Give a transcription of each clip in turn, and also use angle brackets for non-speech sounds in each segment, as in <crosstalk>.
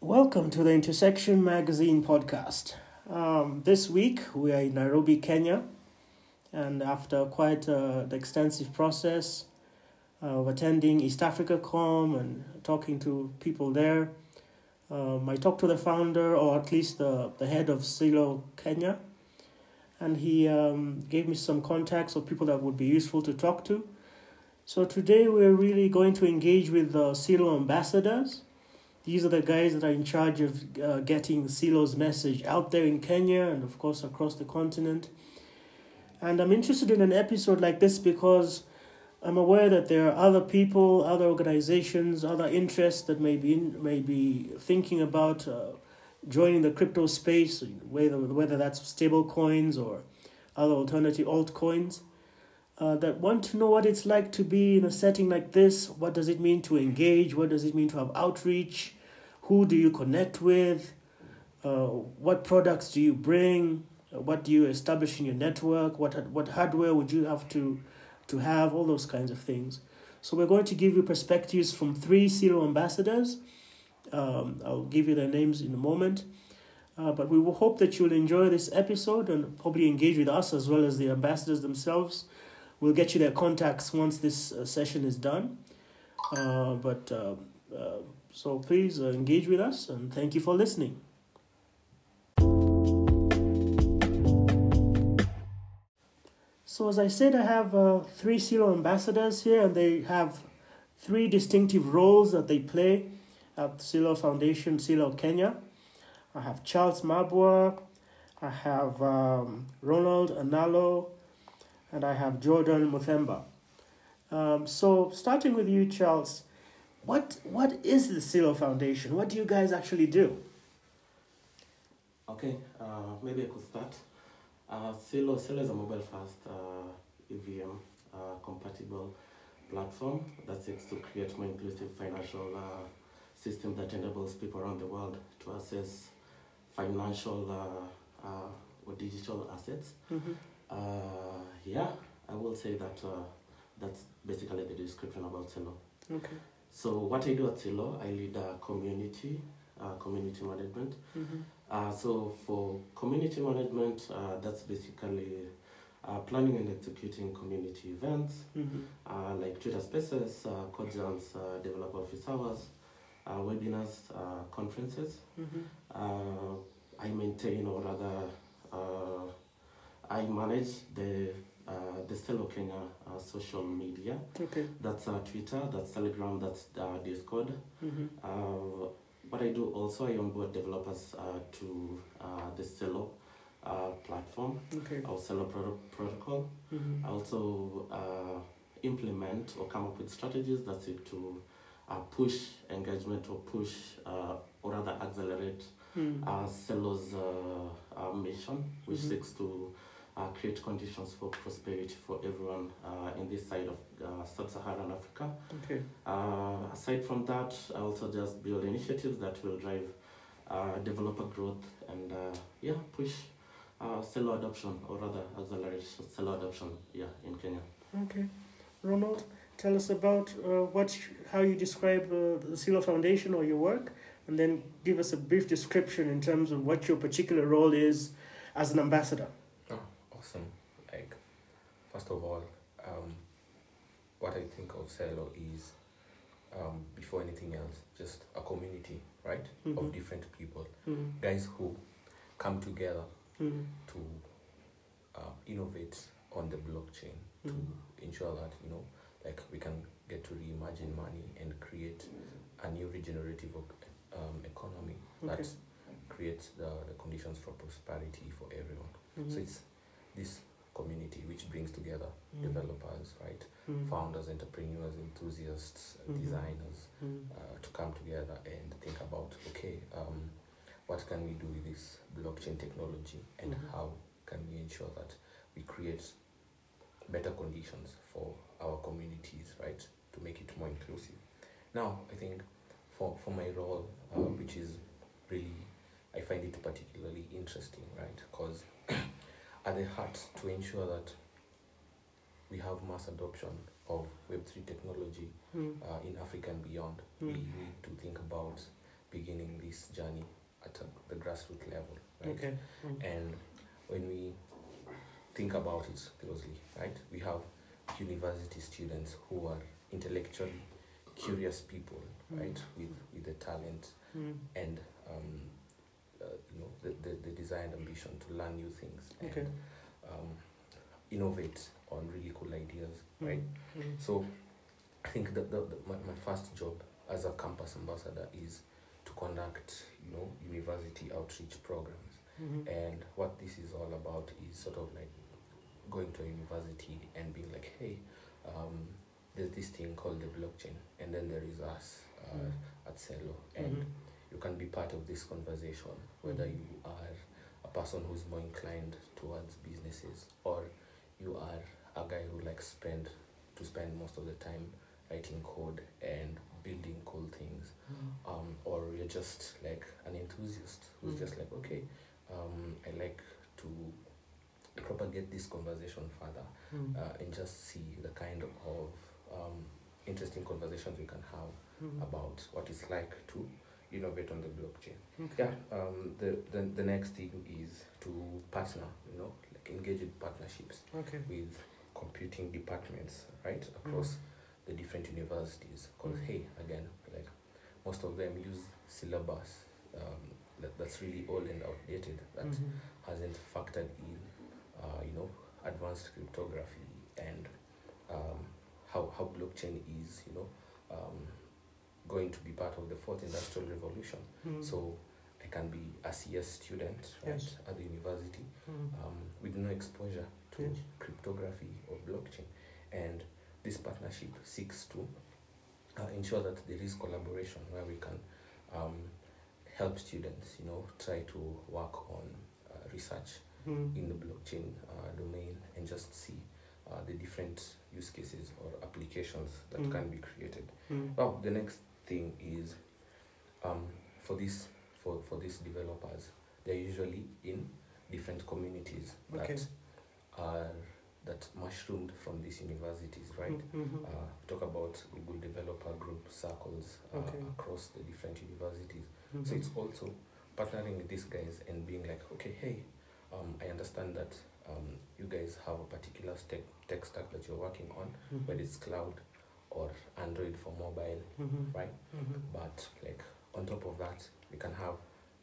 welcome to the Intersection Magazine podcast. Um, this week we are in Nairobi, Kenya, and after quite uh, the extensive process uh, of attending East Africa Com and talking to people there, um, I talked to the founder or at least the, the head of Silo Kenya, and he um, gave me some contacts of people that would be useful to talk to. So today we're really going to engage with the Silo ambassadors these are the guys that are in charge of uh, getting Silo's message out there in Kenya and, of course, across the continent. And I'm interested in an episode like this because I'm aware that there are other people, other organizations, other interests that may be, in, may be thinking about uh, joining the crypto space, whether, whether that's stable coins or other alternative altcoins. Uh, that want to know what it's like to be in a setting like this. What does it mean to engage? What does it mean to have outreach? Who do you connect with? Uh, what products do you bring? Uh, What do you establish in your network? What had- what hardware would you have to to have? All those kinds of things. So we're going to give you perspectives from three Ciro ambassadors. Um, I'll give you their names in a moment. Uh, but we will hope that you'll enjoy this episode and probably engage with us as well as the ambassadors themselves we'll get you their contacts once this uh, session is done. Uh, but uh, uh, so please uh, engage with us and thank you for listening. So as I said, I have uh, three Silo ambassadors here, and they have three distinctive roles that they play at Silo Foundation Silo Kenya. I have Charles Mabwa, I have um, Ronald Analo, and I have Jordan Muthemba. Um, so starting with you, Charles, what what is the Silo Foundation? What do you guys actually do? Okay, uh, maybe I could start. Uh, Silo, Silo is a mobile first uh, EVM uh, compatible platform that seeks to create more inclusive financial uh, system that enables people around the world to access financial uh, uh, or digital assets. Mm-hmm, Uh, yeah, I will say that uh, that's basically the description about Silo. Okay. So what I do at Silo, I lead a community, uh, community management mm-hmm, uh, so for community management, uh, that's basically uh, planning and executing community events mm-hmm, uh, like Twitter Spaces, uh, Codjams, uh, Developer Office Hours, uh, webinars, uh, conferences. mm-hmm. Uh, I maintain or rather uh, I manage the uh, the Stello Kenya uh, social media. Okay. That's uh, Twitter, that's Telegram, that's uh, Discord. mm-hmm, Uh, what I do also, I onboard developers uh, to uh, the Celo uh, platform, Okay. mm-hmm, our Celo pro- protocol. I also uh, implement or come up with strategies that seek to uh, push engagement or push uh, or rather accelerate mm-hmm. uh, Celo's uh, uh, mission, which Mhm. seeks to uh, create conditions for prosperity for everyone uh, in this side of uh, sub-Saharan Africa. Okay. Uh, aside from that, I also just build initiatives that will drive uh, developer growth and uh, yeah, push uh, seller adoption or rather accelerate seller adoption yeah in Kenya. Okay. Ronald, tell us about uh, what how you describe uh, the Silo Foundation or your work, and then give us a brief description in terms of what your particular role is as an ambassador. Awesome. Like, first of all, um, what I think of Celo is, um, before anything else, just a community, right? Of Mhm. different people, Mhm. guys who come together Mhm. to um, innovate on the blockchain Mhm. to ensure that you know, like we can get to reimagine money and create a new regenerative ec- um, economy that Okay. creates the, the conditions for prosperity for everyone. So Mhm. it's this community which brings together Mhm. developers, right? Mhm. Founders, entrepreneurs, enthusiasts, uh, Mhm. designers Mhm. uh, to come together and think about okay, um, what can we do with this blockchain technology and Mhm. how can we ensure that we create better conditions for our communities, right? To make it more inclusive. Now, I think for, for my role, uh, which is really, I find it particularly interesting, right? Because <clears throat> at the heart, to ensure that we have mass adoption of Web3 technology Mhm. uh, in Africa and beyond, we Mm. need to think about beginning this journey at a, the grassroots level, right? Okay. And when we think about it closely, right, we have university students who are intellectually curious people, Hmm. right, with, with the talent Mm. and um, uh, you know the, the, the desire and ambition to learn new things and Okay. um, innovate on really cool ideas, right? Mm. So I think that the, the, my, my first job as a campus ambassador is to conduct, you know, university outreach programs. Mhm. And what this is all about is sort of like going to a university and being like, hey, um, there's this thing called the blockchain, and then there is us uh, Mm. at Celo, and Mhm. you can be part of this conversation, whether you are a person who's more inclined towards businesses or you are a guy who likes spend to spend most of the time writing code and building cool things mm-hmm, um, or you're just like an enthusiast who's Mm. just like, okay, um, I like to propagate this conversation further Mm. uh, and just see the kind of um, interesting conversations we can have Mm. about what it's like to innovate on the blockchain. Okay. Yeah, um, the, the, the next thing is to partner, you know, like engage in partnerships Okay. Mm-hmm. with computing departments, right, across the different universities. Because, Mm. hey, again, like most of them use syllabus um, that, that's really old and outdated, that Mhm. hasn't factored in, uh, you know, advanced cryptography and um, how, how blockchain is, you know, um, going to be part of the fourth industrial revolution. Mm. So I can be a CS student, right, Yes. at the university Mm. um, with no exposure to Yes. cryptography or blockchain. And this partnership seeks to uh, ensure that there is collaboration where we can um, help students, you know, try to work on uh, research Mm. in the blockchain uh, domain and just see uh, the different use cases or applications that Mm. can be created. Mm. Now the next thing is um, for this for, for these developers, they're usually in different communities that Okay. are that mushroomed from these universities, right? Mhm. Uh, talk about Google developer group circles uh, Okay. across the different universities. Mhm. So it's also partnering with these guys and being like, okay, hey, um, I understand that um, you guys have a particular tech, tech stack that you're working on, Mhm. whether it's cloud or Android for mobile, Mhm. right? Mhm. But like on top of that, we can have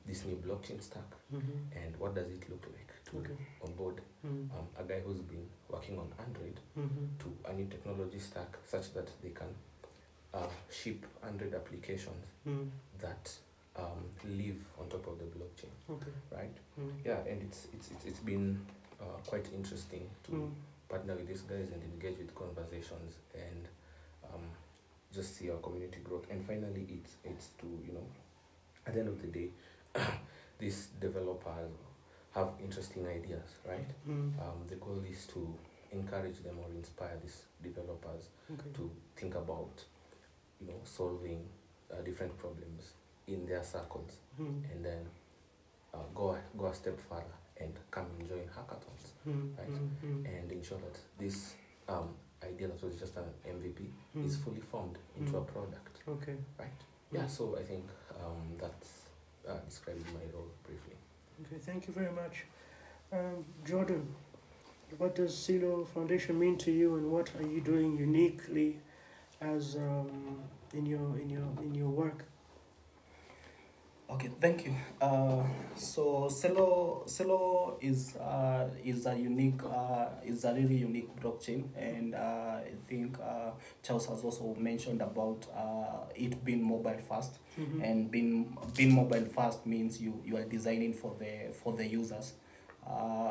this new blockchain stack. Mhm. And what does it look like to Okay. onboard Mm. um, a guy who's been working on Android Mhm. to a new technology stack such that they can uh, ship Android applications Mm. that um, live on top of the blockchain, Okay. right? Mm. Yeah, and it's it's it's, it's been uh, quite interesting to Mm. partner with these guys and engage with conversations and um, just see our community growth. And finally, it's it's to you know, at the end of the day, <coughs> these developers have interesting ideas, right? Mm. Um, the goal is to encourage them or inspire these developers Okay. uh, to think about, you know, solving uh, different problems in their circles, Mm. and then uh, go a- go a step further and come and join hackathons Mm. right? Mm. Mm. and ensure that this um, idea that was just an MVP Mm. is fully formed into a Mm. product, Okay. right? Mm. Yeah, so I think um, that's uh, describing my role briefly. Okay, thank you very much. Um, Jordan, what does Silo Foundation mean to you, and what are you doing uniquely as um, in your in your in your work? Okay, thank you. Uh, so Celo Celo is uh, is a unique uh, is a really unique blockchain, and uh, I think uh, Charles has also mentioned about uh, it being mobile first, Mhm. Mm-hmm. and being being mobile first means you you are designing for the for the users,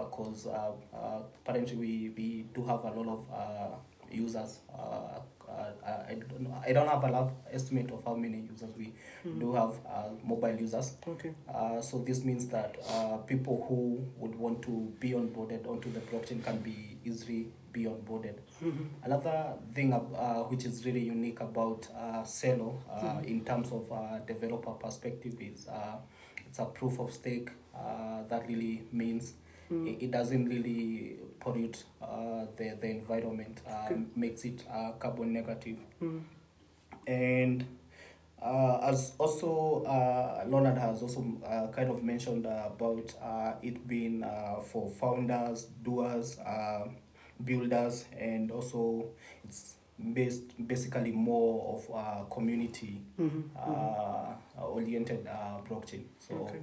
because uh, uh, apparently we we do have a lot of uh, users. Uh, uh, I I don't know, I don't have a rough estimate of how many users we Mhm. do have uh, mobile users. Okay. Uh, so this means that uh, people who would want to be onboarded onto the blockchain can be easily be onboarded. Mhm. Another thing ab- uh, which is really unique about uh, Celo uh, Mhm. in terms of uh, developer perspective is uh, it's a proof of stake. Uh, that really means Mm. it, it doesn't really pollute uh, the, the environment, uh, Okay. Mm-hmm. makes it uh, carbon negative Mm. and Uh, as also uh, Leonard has also uh, kind of mentioned uh, about uh, it being uh, for founders, doers, uh, builders, and also it's based basically more of uh, community Mhm, mhm. uh, oriented uh, blockchain. So Okay.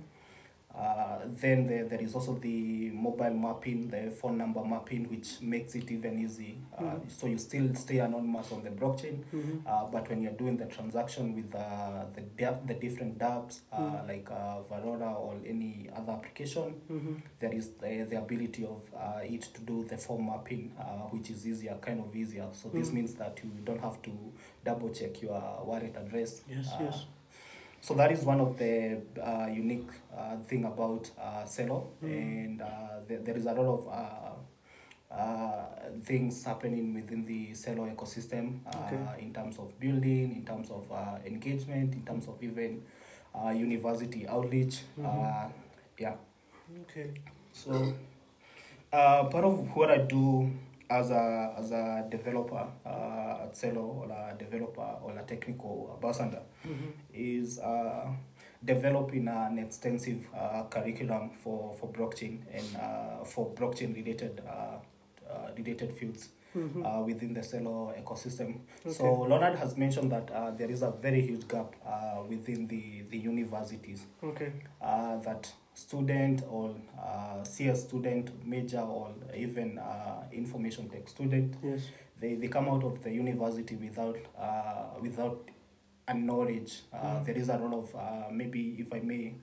uh, then there, there is also the mobile mapping, the phone number mapping, which makes it even easy. Uh, Mhm. So you still stay anonymous on the blockchain, Mhm. uh, but when you're doing the transaction with uh, the da- the different dApps uh, Mm. like uh, Verora or any other application, Mhm. there is the, the ability of uh, it to do the form mapping, uh, which is easier, kind of easier. So this Mm. means that you don't have to double check your wallet address. Yes, uh, yes. so that is one of the uh, unique uh, thing about uh, Celo, Mm. and uh, there, there is a lot of uh, uh, things happening within the Celo ecosystem uh, Okay. in terms of building, in terms of uh, engagement, in terms of even uh, university outreach. Uh, Mhm. yeah. Okay. So, uh, part of what I do as a as a developer uh, at Celo or a developer or a technical ambassador Mhm. is uh, developing an extensive uh, curriculum for, for blockchain and uh, for blockchain related uh, uh, related fields Mhm. uh, within the Celo ecosystem. So Okay. Leonard has mentioned that uh, there is a very huge gap uh, within the, the universities Okay. uh, that student or uh, CS student, major or even uh, information tech student, Yes. they, they come out of the university without uh, without a knowledge. Uh, Mm. There is a lot of uh, maybe if I may,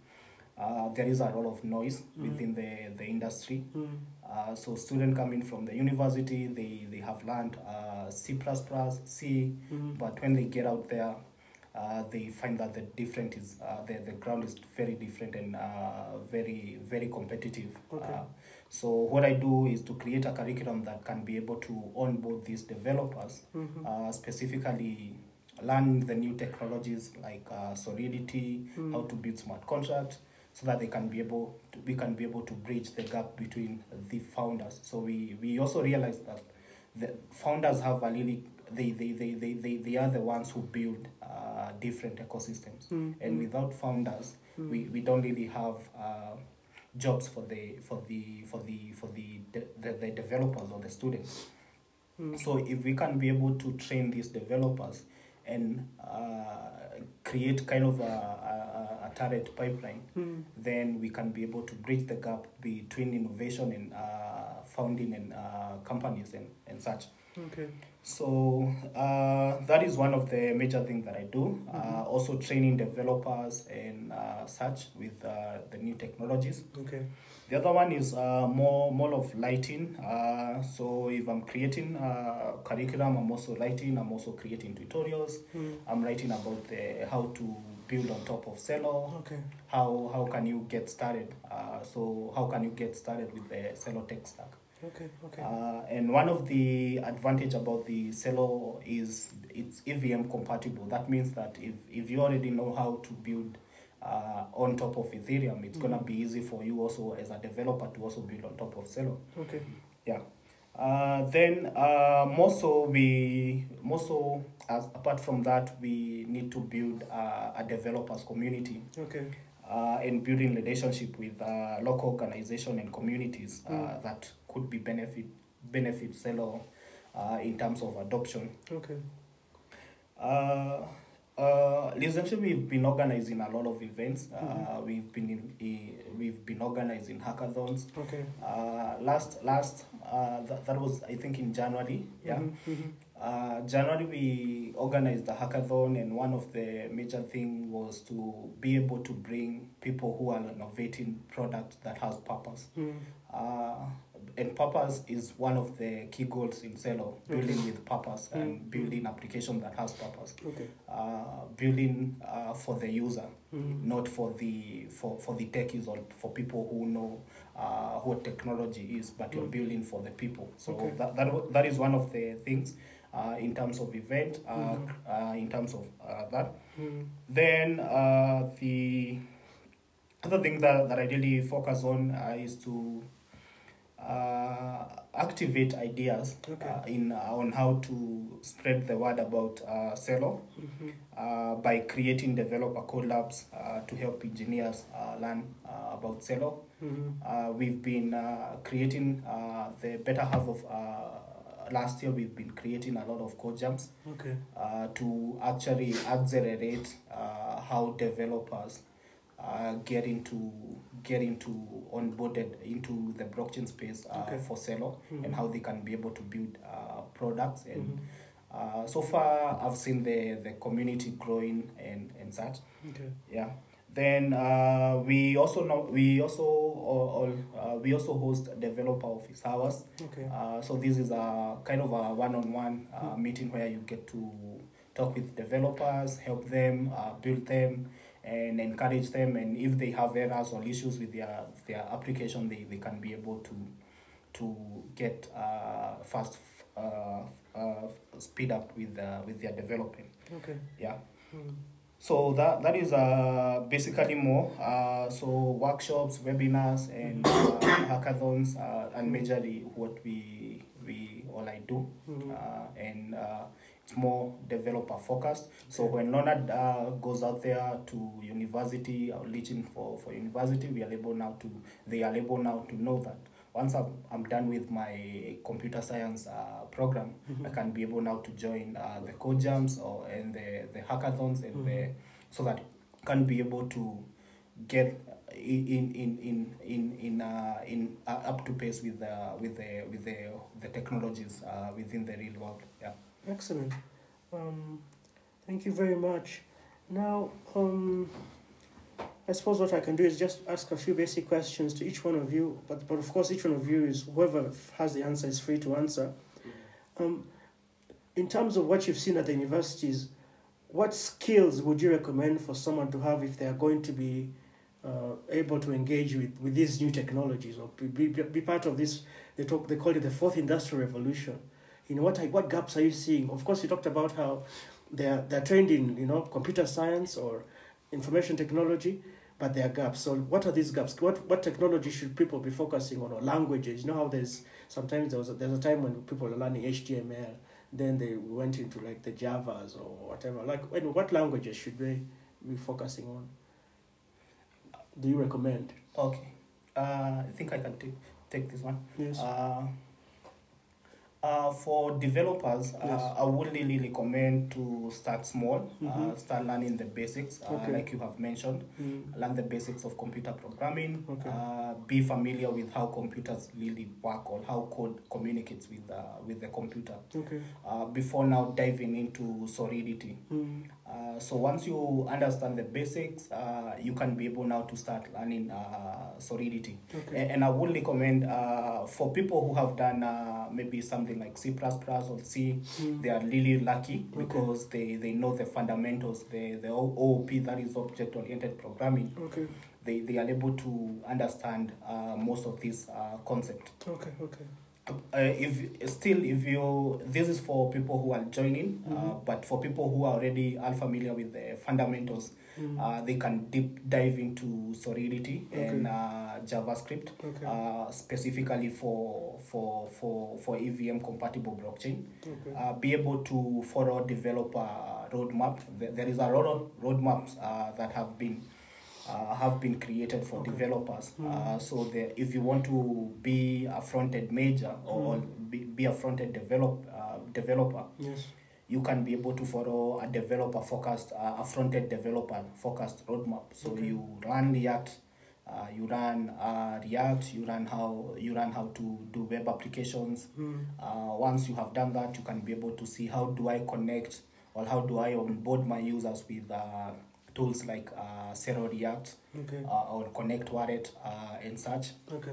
uh, there is a lot of noise Mm. within the, the industry. Mm. Uh, so students coming from the university, they, they have learned uh, C++, C, Mhm. but when they get out there, uh, they find that the different is uh, the, the ground is very different and uh, very very competitive. Okay. Uh, so what I do is to create a curriculum that can be able to onboard these developers, Mhm. uh, specifically learn the new technologies like uh, Solidity, Mm. how to build smart contract, so that they can be able to, we can be able to bridge the gap between the founders. So we we also realize that the founders have a really they they, they, they, they, they are the ones who build uh, different ecosystems Mm. and without founders Mm. we, we don't really have uh, jobs for the for the for the for the, de- the the developers or the students Mm. so if we can be able to train these developers and uh, create kind of a, a, a- a target pipeline Mm. then we can be able to bridge the gap between innovation and uh, founding and uh, companies and, and such Okay. so uh, that is one of the major things that I do. Uh, Mhm. also training developers and uh, such with uh, the new technologies. Okay. The other one is uh, more more of lighting. Uh, so if I'm creating uh, curriculum, I'm also lighting. I'm also creating tutorials. Mm. I'm writing about the, how to build on top of Celo. Okay. How how can you get started? Uh, so how can you get started with the Celo tech stack? Okay. Okay. Uh, and one of the advantage about the Celo is it's EVM compatible. That means that if, if you already know how to build uh, on top of Ethereum, it's gonna be easy for you also as a developer to also build on top of Celo. Okay. Yeah. Uh, then uh, more so we more so as apart from that we need to build uh, a developers community Okay. uh, and building relationship with uh, local organization and communities uh, Mm. that could be benefit benefit Celo uh, in terms of adoption. Okay. Uh, uh, recently, we've been organizing a lot of events. Uh, we've been in, i- we've been organizing hackathons. Okay. Uh, last last uh, th- that was I think in January. Yeah. Mhm. Mhm. Uh, January we organized a hackathon, and one of the major thing was to be able to bring people who are innovating products that has purpose. Mm. Uh, and purpose is one of the key goals in Celo, building with purpose and building application that has purpose. Okay. Uh, building uh, for the user, Mm. not for the for, for the techies or for people who know uh, what technology is, but you're Mm. building for the people. So Okay. that, that wa- that is one of the things uh, in terms of event, uh, Mhm. uh, in terms of uh, that. Mm. Then uh, the other thing that, that I really focus on uh, is to uh, uh, activate ideas Okay. uh, in uh, on how to spread the word about uh, Celo Mm-hmm. uh, by creating developer collabs uh, to help engineers uh, learn uh, about Celo. Mm-hmm. Uh, we've been uh, creating uh, the better half of uh, last year. We've been creating a lot of code jumps Okay. uh, to actually accelerate uh, how developers uh, get into get into onboarded into the blockchain space uh, Okay. for Celo Mhm. and how they can be able to build uh, products Mm-hmm. and uh, so far I've seen the the community growing and and such Okay. yeah then uh, we also know we also uh, all, all, uh, we also host developer office hours Okay. uh, so this is a kind of a one-on-one uh, Mm. meeting where you get to talk with developers, help them, uh, build them, and encourage them. And if they have errors or issues with their their application, they, they can be able to to get uh, fast uh, uh, speed up with uh, with their development. Okay. Yeah. Mm. So that that is uh basically more uh so workshops, webinars, and uh, <coughs> hackathons uh, and majorly what we we all I do Mm. uh, and uh, it's more developer focused. So Okay. when Leonard uh, goes out there to university, uh, reaching for, for university, we are able now to they are able now to know that once I'm, I'm done with my computer science uh, program, I can be able now to join uh, the code jams or and the the hackathons and the so that can be able to get in in in in in in, uh, in uh, up to pace with the with the with the the technologies uh, within the real world yeah Excellent. Um, thank you very much. Now, um, I suppose what I can do is just ask a few basic questions to each one of you, but, but of course, each one of you is whoever f- has the answer is free to answer. Um, in terms of what you've seen at the universities, what skills would you recommend for someone to have if they are going to be uh, able to engage with, with these new technologies or be, be, be part of this? They talk they call it the fourth industrial revolution you know what are, what gaps are you seeing of course you talked about how they're they're trained in you know computer science or information technology but there are gaps so what are these gaps what what technology should people be focusing on or languages you know how there's sometimes there was a, there's a time when people are learning html then they went into like the javas or whatever like when, what languages should they be focusing on do you recommend okay uh, I think I can take take this one yes uh, uh, for developers Yes. uh, I would really recommend to start small uh, Mhm. start learning the basics uh, Okay. like you have mentioned Mm. learn the basics of computer programming, Okay. uh, be familiar with how computers really work or how code communicates with, uh, with the computer okay uh, before now diving into solidity. Mm. Uh, so once you understand the basics, uh, you can be able now to start learning uh, solidity. okay A- And I would recommend uh, for people who have done uh, maybe something like C++ or C, Mm. they are really lucky Okay. because they, they know the fundamentals, the, the OOP, that is object oriented programming okay they, they are able to understand uh, most of this uh, concept. okay okay Uh, if still, if you this is for people who are joining, uh, Mhm. but for people who are already are familiar with the fundamentals, Mm. uh, they can deep dive into Solidity and Okay. uh, JavaScript, okay uh, specifically for for for for EVM compatible blockchain. okay Uh, be able to follow developer roadmap. There there is a lot of roadmaps uh, that have been uh, have been created for Okay. developers. Mm. Uh, so the, if you want to be a front-end major Hmm. or be, be a front-end develop, uh, developer, Yes. you can be able to follow a developer focused, uh, a front-end developer focused roadmap. So Okay. you run React, uh, you run uh, React, you run how you run how to do web applications. Mm. Uh, once you have done that, you can be able to see how do I connect or how do I onboard my users with uh, tools like uh, Zero React Okay. uh, or Connect Wallet uh, and such. Okay.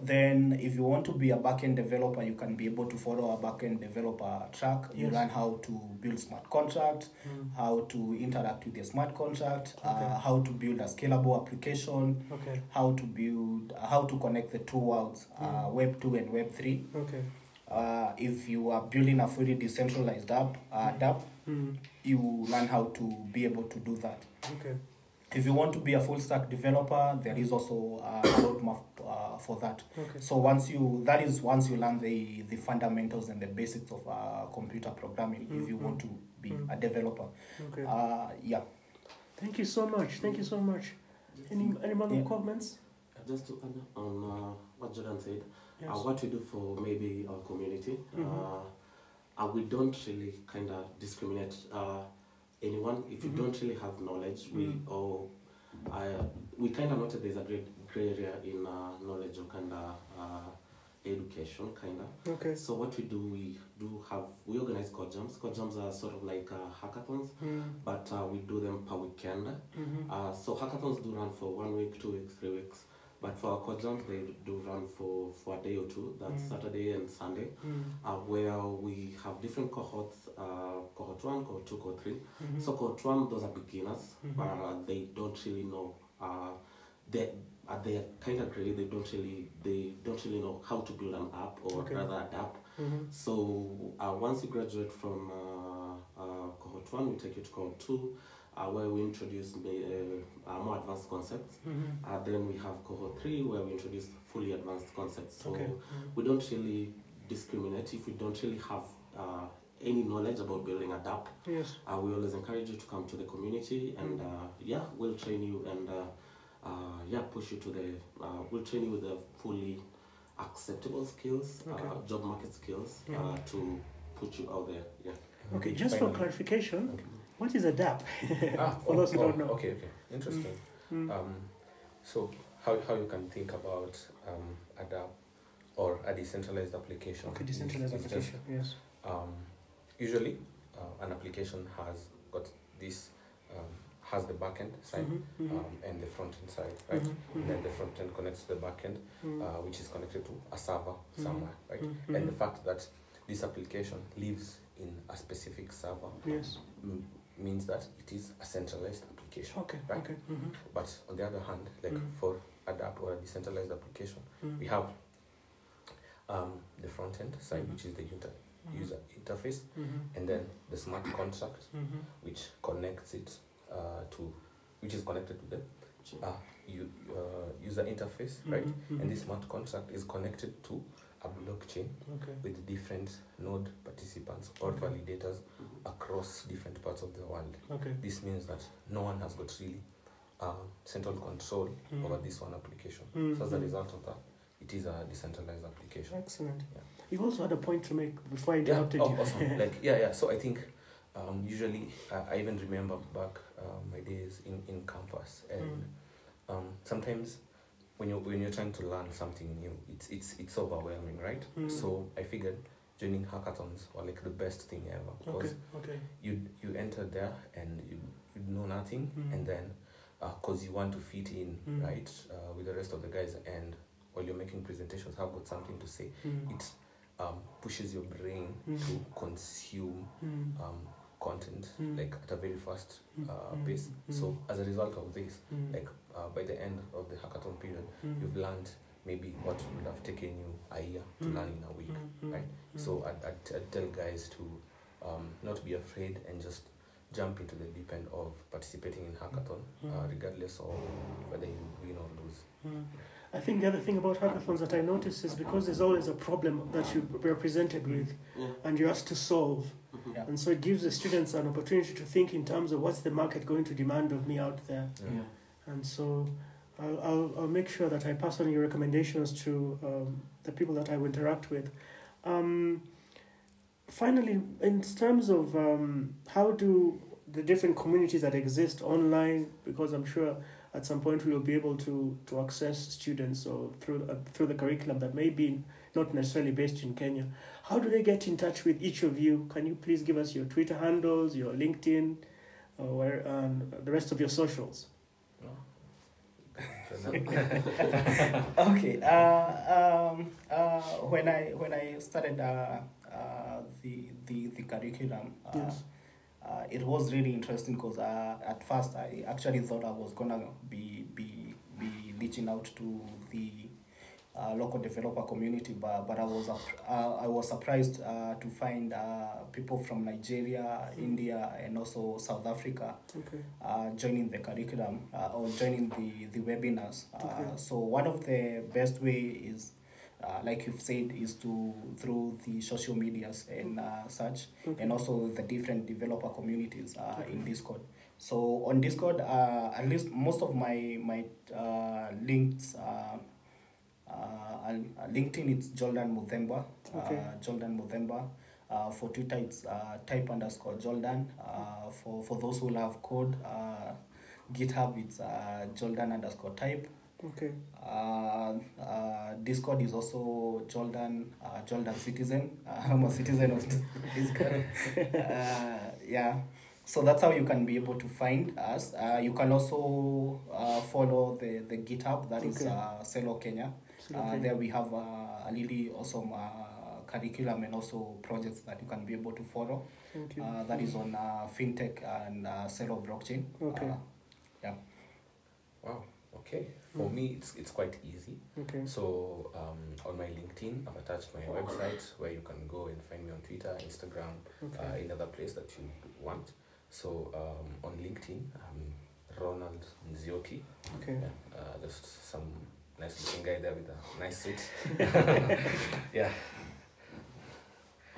Then, if you want to be a backend developer, you can be able to follow a backend developer track. You Yes. learn how to build smart contract, Mm. how to interact with the smart contract, Okay. uh, how to build a scalable application, uh, Okay. how to build, how to connect the two worlds, uh, Mm. Web two and Web three. Okay. Uh, if you are building a fully decentralized app, uh, DApp, Mm. you learn how to be able to do that. Okay. if you want to be a full stack developer, there is also a roadmap uh, for that. Okay. So once you that is once you learn the the fundamentals and the basics of uh, computer programming, if you Mhm. want to be Mhm. a developer, Okay. uh, yeah. Thank you so much. Thank you so much. Any any other Yeah. comments? Just to add up on uh, what Jordan said, Yes. uh, what we do for maybe our community, Mhm. uh, uh, we don't really kind of discriminate uh, anyone. If you Mhm. don't really have knowledge, we Mhm. or uh, we kind of noted there's a great gray area in uh, knowledge or kind of uh, education, kind of. Okay. So what we do, we do have we organize code jams. Code jams are sort of like uh, hackathons, Mm. but uh, we do them per weekend. Mm-hmm. Uh, so hackathons do run for one week, two weeks, three weeks. But for our Kodjams, they do run for, for a day or two. That's Mm. Saturday and Sunday, Mm-hmm. uh, where we have different cohorts, uh, cohort one, cohort two, cohort 3 Mm-hmm. So cohort one, those are beginners, Mhm. but uh, they don't really know. Uh, they uh, they are kind of gray. They don't really they don't really know how to build an app or Okay. rather an app. Mm-hmm. So uh, once you graduate from uh, uh, cohort one, we take you to cohort two, uh, where we introduce ma- uh, uh, more advanced concepts. Mm-hmm. Uh, then we have cohort three, where we introduce fully advanced concepts. So Okay. we don't really discriminate if we don't really have uh, any knowledge about building a DAP. Yes. Mm-hmm. Uh, we always encourage you to come to the community, and uh, yeah, we'll train you and uh, uh, yeah, push you to the. Uh, we'll train you with the fully acceptable skills, uh, Okay. job market skills, Yeah. uh, to put you out there. Yeah. Okay. Just for clarification, Okay. what is a DAP? <laughs> ah, for oh, those who oh, don't know. Okay, okay, interesting. Mm. Um, so how, how you can think about um, a DApp or a decentralized <laughs> application? Okay. is- Decentralized is just, application. Yes. um, usually, uh, an application has got this um, has the backend side Mm-hmm. Mm-hmm. um, and the front end side, right? Mm-hmm. And then the front end connects to the backend, uh, which is connected to a server somewhere, right? Mm-hmm. And the fact that this application lives in a specific server Yes. m- means that it is a centralized application. Okay. Right. Okay. Mm-hmm. But on the other hand, like Mm. for a DApp or a decentralized application, Mm-hmm. we have um, the front end side, which is the user, user interface, Mm-hmm. and then the smart contract, Mm-hmm. which connects it uh, to, which is connected to the uh, u- uh, user interface, right? Mm-hmm. And this smart contract is connected to a blockchain Okay. with different node participants or Okay. validators Mm-hmm. across different parts of the world. Okay. This means that no one has got really uh, central control Mm. over this one application. So as a Mhm. result of that, it is a decentralized application. Excellent. Yeah. You also had a point to make before I Yeah. interrupted Oh, you. <laughs> awesome. like yeah, yeah. So I think um, usually I, I even remember back uh, my days in, in campus, and Mm-hmm. um, sometimes when you when you're trying to learn something new, it's it's it's overwhelming, right? Mm. So I figured joining hackathons were like the best thing ever because okay. Okay. you you enter there and you you know nothing, Mm. and then because you want to fit in, Mm. right, uh, with the rest of the guys, and while you're making presentations, have got something to say Mm. it um, pushes your brain Mm. to consume Mm. um, content Mm. like at a very fast Mm. uh, Mm. pace. Mm. So as a result of this, Mm. like uh, by the end of the hackathon period, Mm. you've learned maybe what would have taken you a year to Mm. learn in a week. Mm. Mm. right? Mm. So uh, I'd, I'd, I'd tell guys to um, not be afraid and just jump into the deep end of participating in hackathon, uh, Mm. regardless of whether you win or lose. Mm. I think the other thing about hackathons that I notice is because there's always a problem that you are presented with Yeah. and you're asked to solve. Mhm. Yeah. And so it gives the students an opportunity to think in terms of what's the market going to demand of me out there. Yeah. And so I'll, I'll, I'll make sure that I pass on your recommendations to um, the people that I will interact with. Um, finally, in terms of um, how do the different communities that exist online, because I'm sure at some point we will be able to, to access students or through, uh, through the curriculum that may be not necessarily based in Kenya. How do they get in touch with each of you? Can you please give us your Twitter handles, your LinkedIn, or where, and the rest of your socials? <laughs> okay. Uh, um, uh, when I when I started uh, uh, the, the the curriculum, uh, Yes. uh, it was really interesting because uh, at first I actually thought I was gonna be be be reaching out to the uh, local developer community, but, but I was ap- uh, I was surprised uh, to find uh, people from Nigeria, India, and also South Africa Okay. uh, joining the curriculum uh, or joining the, the webinars. Uh, Okay. So one of the best way is, uh, like you've said, is to through the social medias and uh, such, Okay. and also the different developer communities uh, in Discord. So on Discord, uh, at least most of my my uh, links. Uh, uh, and, uh, LinkedIn, it's Jordan Muthemba. Okay. Uh, Jordan Muthemba. Uh, for Twitter, it's uh, type underscore Jordan. Uh, for, for those who love code, uh, GitHub, it's uh, Jordan underscore type. Okay. Uh, uh, Discord is also Jordan, uh, Jordan citizen. <laughs> Uh, I'm a citizen of <laughs> Discord. uh, yeah. So that's how you can be able to find us. Uh, you can also uh, follow the, the GitHub that is Okay. uh, Selo Kenya. So, Uh, okay. there we have uh, a really awesome uh, curriculum and also projects that you can be able to follow. Thank you. Uh, that is on uh, fintech and uh, Celo blockchain. Okay. Uh, Wow. Okay. For Mm. me, it's it's quite easy. Okay. So um, on my LinkedIn, I've attached my website where you can go and find me on Twitter, Instagram, uh, Okay. any other place that you want. So um, on LinkedIn, i Ronald Nzioki. Okay. Yeah, uh, just some nice looking guy there with a nice suit. <laughs> yeah.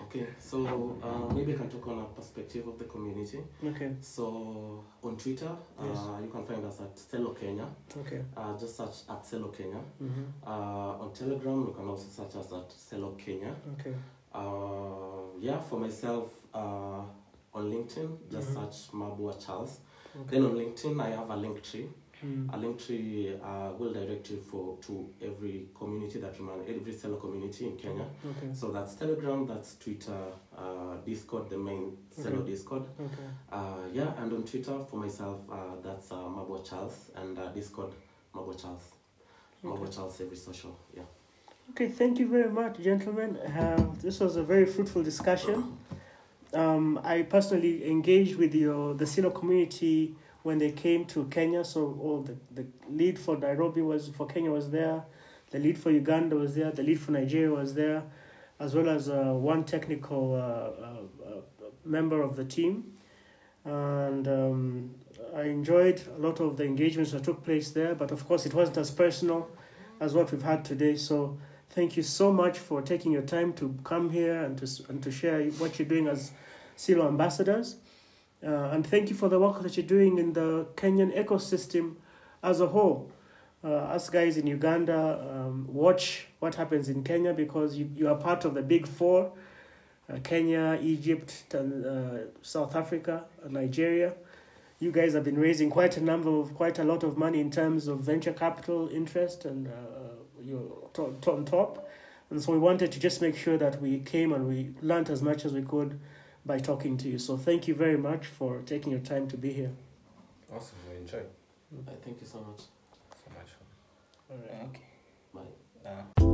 Okay, so uh, maybe I can talk on a perspective of the community. Okay. So on Twitter, uh, Yes. you can find us at Cello Kenya. Okay. Uh, just search at Cello Kenya. Mm-hmm. Uh, on Telegram, you can also search us at Cello Kenya. Okay. Uh, yeah, for myself, uh, on LinkedIn, just Mhm. search Mabua Charles. Okay. Then on LinkedIn, I have a link tree. Mm. A link tree uh, will direct you for to every community that you man, every Cello community in Kenya. Okay. So that's Telegram, that's Twitter, uh, Discord, the main Cello Okay. Discord. Okay. Uh, yeah, and on Twitter for myself, uh, that's uh, Mabwa Charles and uh, Discord, Mabwa Charles. Okay. Mabwa Charles, every social. Yeah. Okay, thank you very much, gentlemen. Uh, this was a very fruitful discussion. Um, I personally engaged with your the Silo community when they came to Kenya. So all the, the lead for Nairobi was for Kenya was there, the lead for Uganda was there, the lead for Nigeria was there, as well as uh, one technical uh, uh, uh, member of the team, and. Um, I enjoyed a lot of the engagements that took place there, but of course it wasn't as personal as what we've had today. So Thank you so much for taking your time to come here and to, s- and to share what you're doing as Silo ambassadors. Uh, and thank you for the work that you're doing in the Kenyan ecosystem as a whole. Uh, us guys in Uganda, um, watch what happens in Kenya because you, you are part of the big four uh, Kenya, Egypt, Tan- uh, South Africa, and Nigeria. You guys have been raising quite a number of, quite a lot of money in terms of venture capital interest and uh, you're to- to- on top. And so we wanted to just make sure that we came and we learnt as much as we could by talking to you. So thank you very much for taking your time to be here. Awesome. We enjoyed Uh, thank you so much. so much. All right. Okay. Bye. Uh,